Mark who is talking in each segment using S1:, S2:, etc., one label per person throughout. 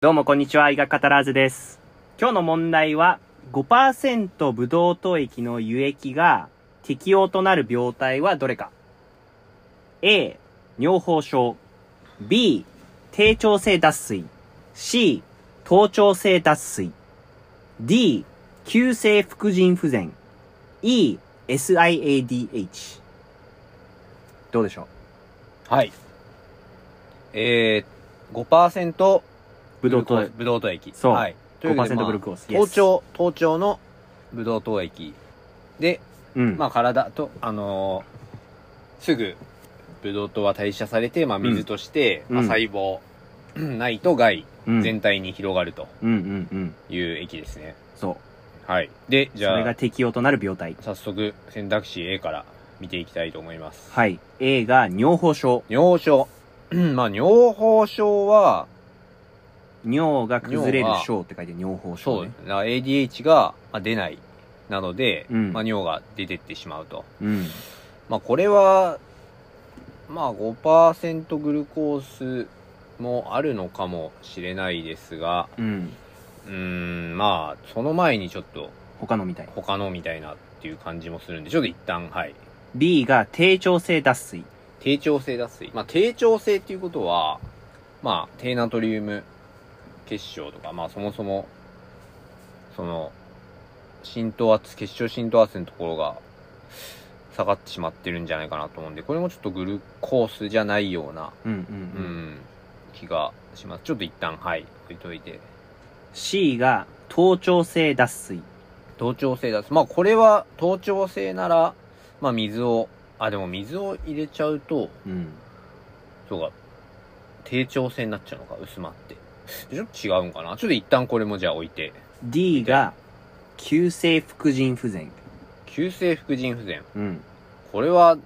S1: どうもこんにちは、医学カタラーズです。今日の問題は、5%ブドウ糖液の輸液が適用となる病態はどれか ?A、尿崩症。B、低調性脱水。C、頭頂性脱水。D、急性副腎不全。E、SIADH。どうでしょう
S2: はい。えー、5%
S1: ブドウ糖
S2: ブドウブドウ糖液。
S1: そう
S2: はい。というわけで
S1: 5%グルコース
S2: まあ、頭頂、頭頂のブドウ糖液。で、
S1: うん。
S2: まあ体と、あのーすぐ、ブドウ糖は代謝されて、まあ水として、
S1: うん
S2: まあ
S1: うん
S2: 細胞、 内と外、
S1: うん、
S2: 全体に広がると
S1: うんうんうん。
S2: いう液ですね。
S1: そう。
S2: はい。で、
S1: そ
S2: じ
S1: れ
S2: ゃ
S1: が
S2: あ、
S1: 適用となる病態。
S2: 早速、選択肢 A から見ていきたいと思います。
S1: はい。A が尿崩症。
S2: 尿症。 まあ、尿崩症は、
S1: 尿が崩れる
S2: 尿が
S1: 症って書いて尿崩
S2: そ
S1: 症
S2: う、
S1: ね。
S2: だから ADH がまあ出ない。なので、
S1: うん
S2: まあ、尿が出てってしまうと。
S1: うん。
S2: まあ、これは、まあ、5%グルコースもあるのかもしれないですが、
S1: うん。
S2: うーん、まあ、その前にちょっと、
S1: 他のみたい。
S2: 他のみたいなっていう感じもするんで、ちょっと一旦、はい。
S1: B が低調性脱水。
S2: 低調性脱水。まあ、低調性っていうことは、まあ、低ナトリウム結晶とか、まあ、そもそも、その、浸透圧、結晶浸透圧のところが下がってしまってるんじゃないかなと思うんで、これもちょっとグルコースじゃないような、
S1: うんう
S2: うん
S1: うん。
S2: ん、気がします。ちょっと一旦、はい、置いといて。
S1: C が頭頂性脱水。
S2: 頭頂性脱水。まあ、これは頭頂性なら、まあ、水を、あ、でも水を入れちゃうと、
S1: うん。
S2: そうか。低調性になっちゃうのか、薄まって。ちょっと違うんかな。ちょっと一旦これもじゃあ置いて。
S1: D が急性副腎不全。
S2: 急性副腎不全。
S1: うん。
S2: これは、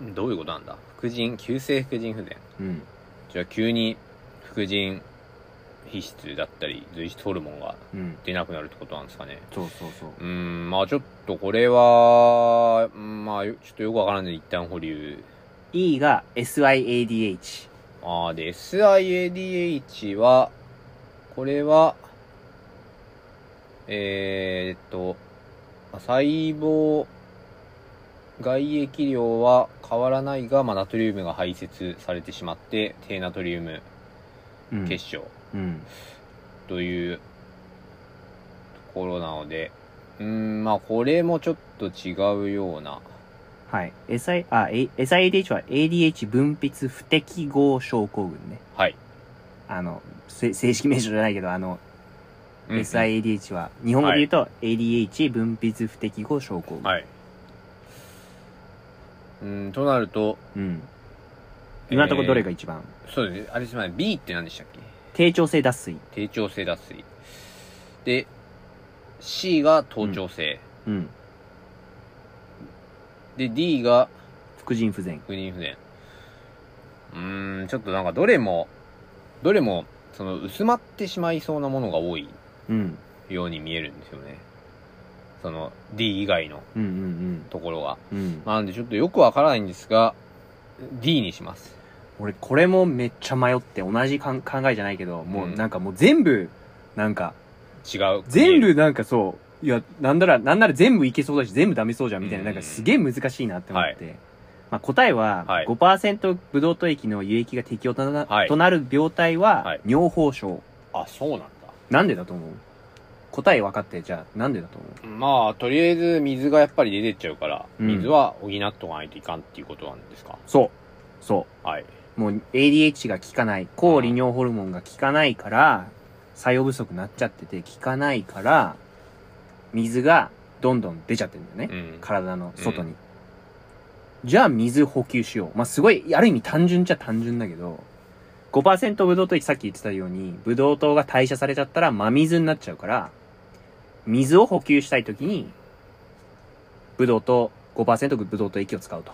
S2: どういうことなんだ副腎、急性副腎不全。
S1: うん。
S2: じゃあ急に副腎皮質だったり、髄質ホルモンが
S1: うん。
S2: 出なくなるってことなんですかね。
S1: そうそうそう。
S2: うーん、まあちょっとこれは、うんまあよちょっとよくわからないんで一旦保留。
S1: E が SIADH。
S2: あー、で、SIADH は、これは、えー、っと、まあ細胞、外液量は変わらないが、まあ、ナトリウムが排泄されてしまって、低ナトリウム
S1: うん。
S2: 結晶
S1: うん。
S2: というところなので、うーん、まあ、これもちょっと違うような、
S1: はい。SI、あ、A- SIADH は ADH 分泌不適合症候群ね。
S2: はい。
S1: あの、せ正式名称じゃないけど、あの、
S2: うん
S1: SIADH は、日本語で言うと ADH 分泌不適合症候群。
S2: はい。うん、となると、
S1: うん。今のところどれが一番、
S2: そうですね。あれすみません。B って何でしたっけ
S1: 低調性脱水。
S2: 低調性脱水。で、C が頭頂性。
S1: うん。
S2: で、D が
S1: 副腎不全。
S2: 不妊不全。うーん、ちょっとなんかどれも、どれも、その薄まってしまいそうなものが多い
S1: うん。
S2: ように見えるんですよね。その D 以外の
S1: うんうん
S2: ところが。
S1: うん。うん。
S2: まあなんでちょっとよくわからないんですが、D にします。
S1: 俺、これもめっちゃ迷って、同じかん考えじゃないけど、もううんなんかもう全部、なんか、
S2: 違う。
S1: 全部なんかそう、いや、なんなら、なんなら全部いけそうだし、全部ダメそうじゃんみたいな、
S2: うん
S1: なんかすげえ難しいなって思って。まあ、答えは、
S2: はい
S1: 5%ブドウ糖液の輸液が適用とな,、
S2: はい
S1: となる病態は、
S2: はい
S1: 尿崩症。
S2: あ、そうなんだ。
S1: なんでだと思う答え分かって、じゃあなんでだと思う
S2: まあ、とりあえず水がやっぱり出てっちゃうから、
S1: うん
S2: 水は補っとかないといかんっていうことなんですか。
S1: そう。そ
S2: はい。
S1: う。もう ADH が効かない。抗利尿ホルモンが効かないから、作用不足になっちゃってて、効かないから、水がどんどん出ちゃってるんだよね。
S2: うん。
S1: 体の外に。じゃあ水補給しよう。まあ、すごい、ある意味単純っちゃ単純だけど、5%ブドウ糖液さっき言ってたように、ブドウ糖が代謝されちゃったら真水になっちゃうから、水を補給したいときに、ブドウ糖、5%ブドウ糖液を使うと。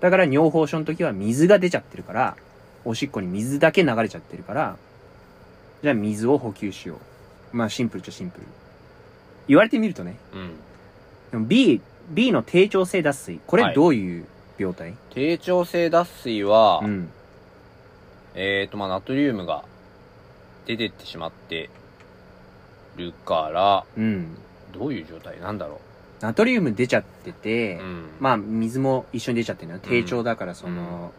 S1: だから尿崩症の時は水が出ちゃってるから、おしっこに水だけ流れちゃってるから、じゃあ水を補給しよう。まあシンプルっちゃシンプル。言われてみるとね、
S2: うん。
S1: でも B、B の低調性脱水。こ
S2: は
S1: れ
S2: い
S1: どういう病態、
S2: 低調性脱水は、
S1: うん。
S2: えっ、と、まあ、ナトリウムが出てってしまってるから、
S1: うん。
S2: どういう状態なんだろ
S1: ナトリウム出ちゃってて、
S2: う。うん。
S1: まあ、水も一緒に出ちゃってるのは低調だから、その、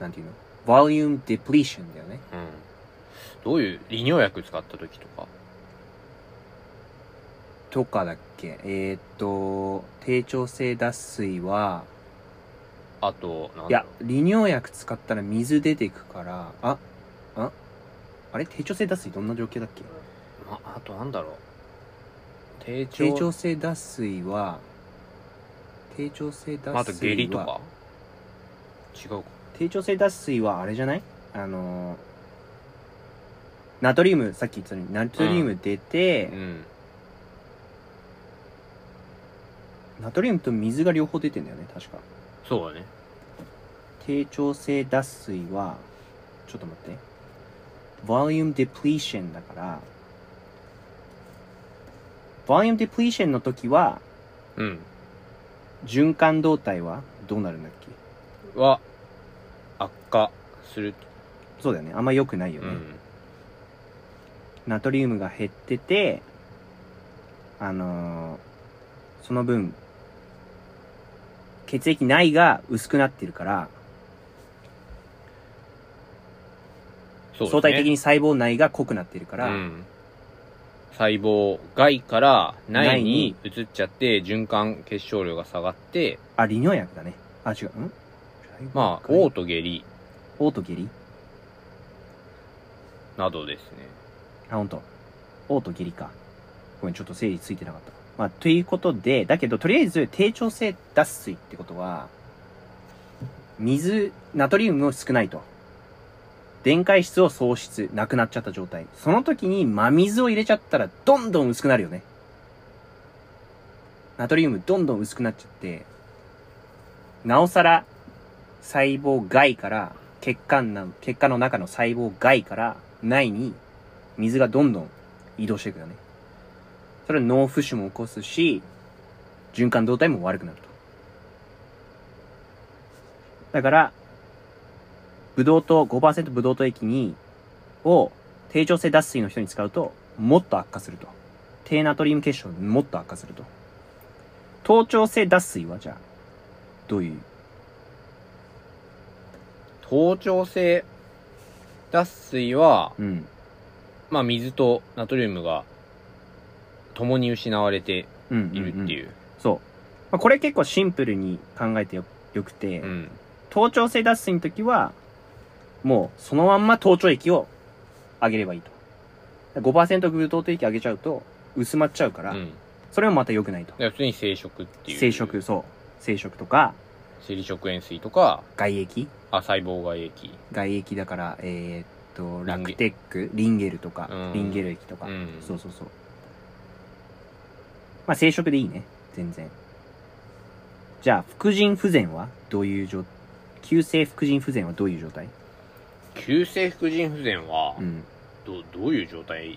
S1: なんていうのボリュームデプリーションだよね。
S2: うん。どういう、利尿薬使った時とか。
S1: とかだっけえーっと、低調性脱水は、
S2: あと、なん
S1: いや、利尿薬使ったら水出てくから、あ、あ、あれ低調性脱水どんな状況だっけ
S2: まあとなんだろう。低調。
S1: 低調性脱水は、低調性脱水は、
S2: あと下痢とか。違うか。
S1: 低調性脱水はあれじゃないあのーナトリウム、さっき言ったように、ナトリウム出て、
S2: うん。
S1: ナトリウムと水が両方出てんだよね、確か。
S2: そうだね。
S1: 低調性脱水は、ちょっと待って。ボリュームデプリーションだから、ボリュームデプリーションの時は、
S2: うん。
S1: 循環動態はどうなるんだっけ
S2: は、悪化する。
S1: そうだよね。あんま良くないよ
S2: う
S1: ね。
S2: ん。
S1: ナトリウムが減ってて、あのーその分、血液内が薄くなってるから、
S2: そうですね
S1: 相対的に細胞内が濃くなってるから、
S2: うん、細胞外から内に移っちゃって循環血小量が下がって
S1: あ、利尿薬だね。あ、違う。ん
S2: まあ
S1: お
S2: 嘔吐下痢
S1: おうと下痢
S2: などですね
S1: あ、ほんと。おうと下痢か。ごめん、ちょっと整理ついてなかった。まあ、ということで、だけど、とりあえず、低調性脱水ってことは、水、ナトリウムも少ないと。電解質を喪失、なくなっちゃった状態。その時に真水を入れちゃったら、どんどん薄くなるよね。ナトリウムどんどん薄くなっちゃって、なおさら、細胞外から、血管な、血管の中の細胞外から、内に水がどんどん移動していくよね。それは脳浮腫も起こすし、循環動態も悪くなると。だから、ブドウ糖、5%ブドウ糖液に、を低調性脱水の人に使うと、もっと悪化すると。低ナトリウム結晶、もっと悪化すると。頭頂性脱水はじゃあ、どういう
S2: 頭頂性脱水は、
S1: うん。
S2: まあ、水とナトリウムが共に失われて
S1: うんんん
S2: いるっていう、
S1: そう。まあ、これ結構シンプルに考えてよよくて、
S2: うん
S1: 頭頂性脱水の時は、もうそのまんま頭頂液を上げればいいと。5%ブドウ糖液上げちゃうと薄まっちゃうから、
S2: うん
S1: それもまた良くないと
S2: だか。ら普通に生殖っていう
S1: 生殖、そう。生殖とか、
S2: 生理食塩水とか
S1: 外液
S2: あ細胞外液
S1: 外液だから、えーっと、
S2: ゲ
S1: ラクテック、リンゲルとか、
S2: うん
S1: リンゲル液とか、
S2: うん
S1: そうそうそう。まあ、生殖でいいね。全然。じゃあ、副腎不全はどういう状、急性副腎不全はどういう状態
S2: 急性副腎不全は、
S1: うん。
S2: どどういう状態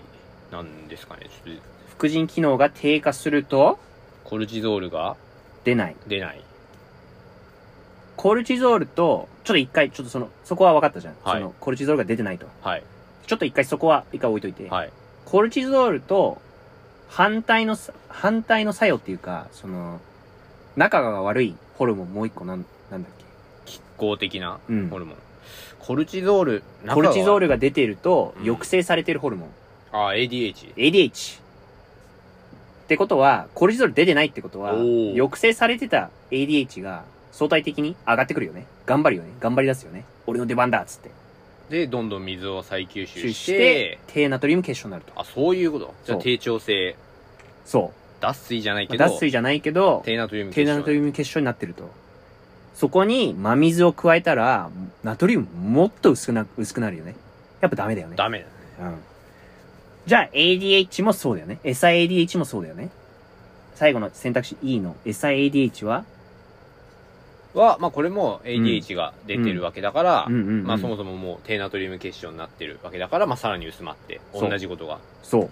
S2: なんですかねちょっと
S1: 副腎機能が低下すると
S2: コルチゾールが
S1: 出ない。
S2: 出ない。
S1: コルチゾールと、ちょっと一回、ちょっとその、そこは分かったじゃん。
S2: はい
S1: その、コルチゾールが出てないと。
S2: はい。
S1: ちょっと一回そこは、一回置いといて。
S2: はい。
S1: コルチゾールと、反対のさ、反対の作用っていうか、その、仲が悪いホルモンもう一個なん、なんだっ
S2: 拮抗的な
S1: けうん
S2: ホ。ルモン。コルチゾール、
S1: コルチゾー
S2: ル。
S1: ルが出てると、
S2: うん
S1: 抑制されてるホルモン。
S2: あ、ADH。
S1: ADH。ってことは、コルチゾール出てないってことは、
S2: おー
S1: 抑制されてた ADH が相対的に上がってくるよね。頑張るよね。頑張り出すよね。俺の出番だっつって。
S2: で、どんどん水を再吸収
S1: 収
S2: し
S1: してて、、低ナトリウム結晶になると。
S2: あ、そういうこと。じゃあ、
S1: そう
S2: 低調性、
S1: そ。
S2: 脱水じゃないうけど、
S1: 脱水じゃないけど、
S2: 低ナトリウム
S1: 低ナトリウム結晶になってると。そこに真水を加えたら、ナトリウムもっと薄くな、薄くなるよね。やっぱダメだよね。
S2: ダメだね。
S1: うん。じゃあ ADH もそうだよね。SIADH もそうだよね。最後の選択肢 E の SIADH は
S2: は、まあ、これも ADH が出てるわけだから、
S1: うんうんうん
S2: まあ、そもそももう低ナトリウム結晶になってるわけだから、まあ、さらに薄まって、
S1: そう
S2: 同じことが。
S1: そう。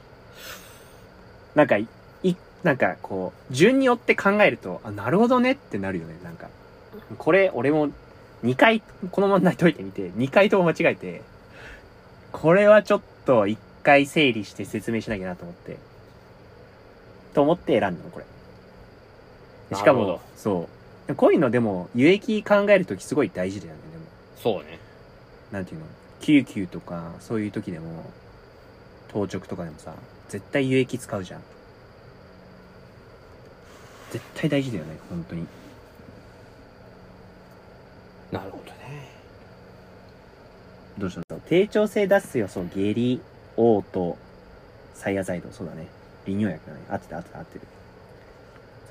S1: なんか、い、いなんかこう、順によって考えると、あ、なるほどねってなるよね。なんか、これ俺も2回、この問題解いてみて、2回とも間違えて、これはちょっと1回整理して説明しなきゃなと思って。と思って選んだの、これ。でしか
S2: なるほ
S1: も
S2: ど、
S1: そう。こういうのでも、有益考えるときすごい大事だよね、でも。
S2: そうね。
S1: なんていうの救急とか、そういう時でも、当直とかでもさ、絶対有益使うじゃん。絶対大事だよね、本当に。
S2: なるほどね。
S1: どうしたの低調性脱水はそう、下痢、嘔吐、サイアザイド、そうだね。利尿薬だね。合ってた合ってた合ってる。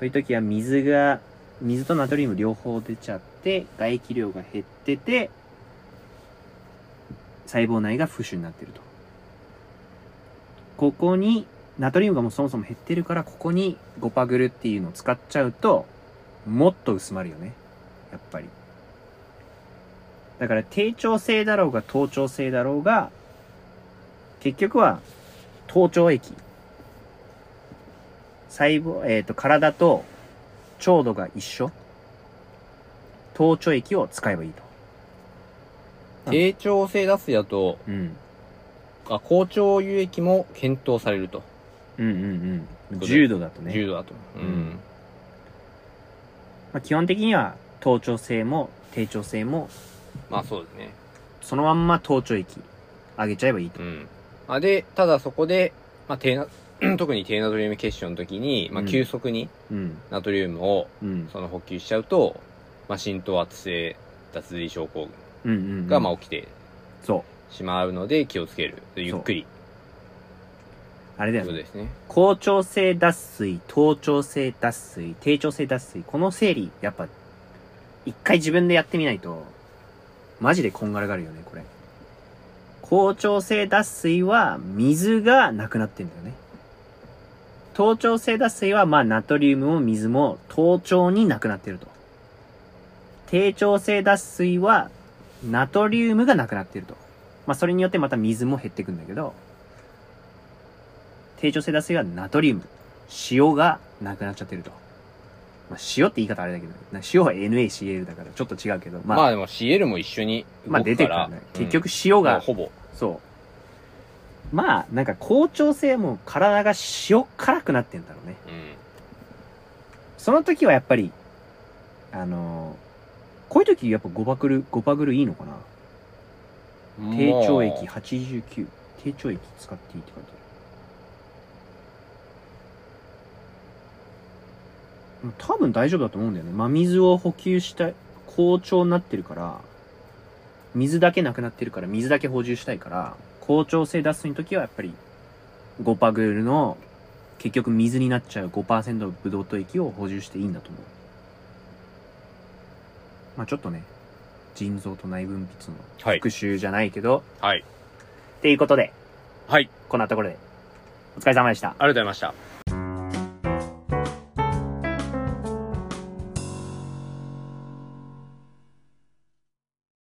S1: そういう時は水が、水とナトリウム両方出ちゃって、外気量が減ってて、細胞内が浮腫になってると。ここに、ナトリウムがもうそもそも減ってるから、ここにゴパグルっていうのを使っちゃうと、もっと薄まるよね。やっぱり。だから低調性だろうが頭頂性だろうが、結局は頭頂液。細胞、えっ、と、体と腸度が一緒。頭頂液を使えばいいと。うん
S2: 低調性脱水だと、
S1: うん。
S2: あ、好調輸液も検討されると。
S1: うんうんうん。重度だとね。
S2: 重度だと。う
S1: うんん。まあ、基本的には頭頂性も低調性も、
S2: まあそうですね。
S1: そのまんま頭頂液上げちゃえばいいと
S2: う。ん。あで、ただそこで、まあ低な、 特に低ナトリウム結晶の時に、まあ
S1: うん
S2: 急速に
S1: うん。
S2: ナトリウムを
S1: うん。
S2: その補給しちゃうと、まあ浸透圧性脱水症候
S1: うんうん、うん。
S2: 群がまあ起きて
S1: そう。
S2: しまうので気をつける。ゆっくり
S1: あれだ
S2: と
S1: よ
S2: いう
S1: ね
S2: こと。ですね。
S1: 高調性脱水、頭頂性脱水、低調性脱水、この整理、やっぱ、一回自分でやってみないと、マジでこんがらがるよね、これ。高調性脱水は、水がなくなってんだよね。頭頂性脱水は、まあ、ナトリウムも水も、頭頂になくなってると。低調性脱水は、ナトリウムがなくなってると。まあ、それによってまた水も減ってくんだけど、低調性脱水はナトリウム。塩がなくなっちゃってると。まあ、塩って言い方あれだけど、な塩は NaCl だからちょっと違うけど、
S2: まあ、でも CL も一緒に動くから。
S1: まあ出てくるね。
S2: うん
S1: 結局塩
S2: ま
S1: が、
S2: あほぼ。
S1: そう。まあ、なんか好調性も体が塩辛くなってんだろうね。
S2: うん。
S1: その時はやっぱり、あのーこういう時やっぱゴバクル、ゴバグルいいのかな低腸液89。低腸液使っていいって書いてある。多分大丈夫だと思うんだよね。真水を補給したい、好調になってるから、水だけなくなってるから、水だけ補充したいから、好調性脱水の時はやっぱり、5パグルの、結局水になっちゃう5%のブドウ糖液を補充していいんだと思う。まあちょっとね、腎臓と内分泌の
S2: はい。
S1: 復習じゃないけど、
S2: はい。
S1: っていうことで、
S2: はい。
S1: こんなところで、お疲れ様でした。
S2: ありがとうございました。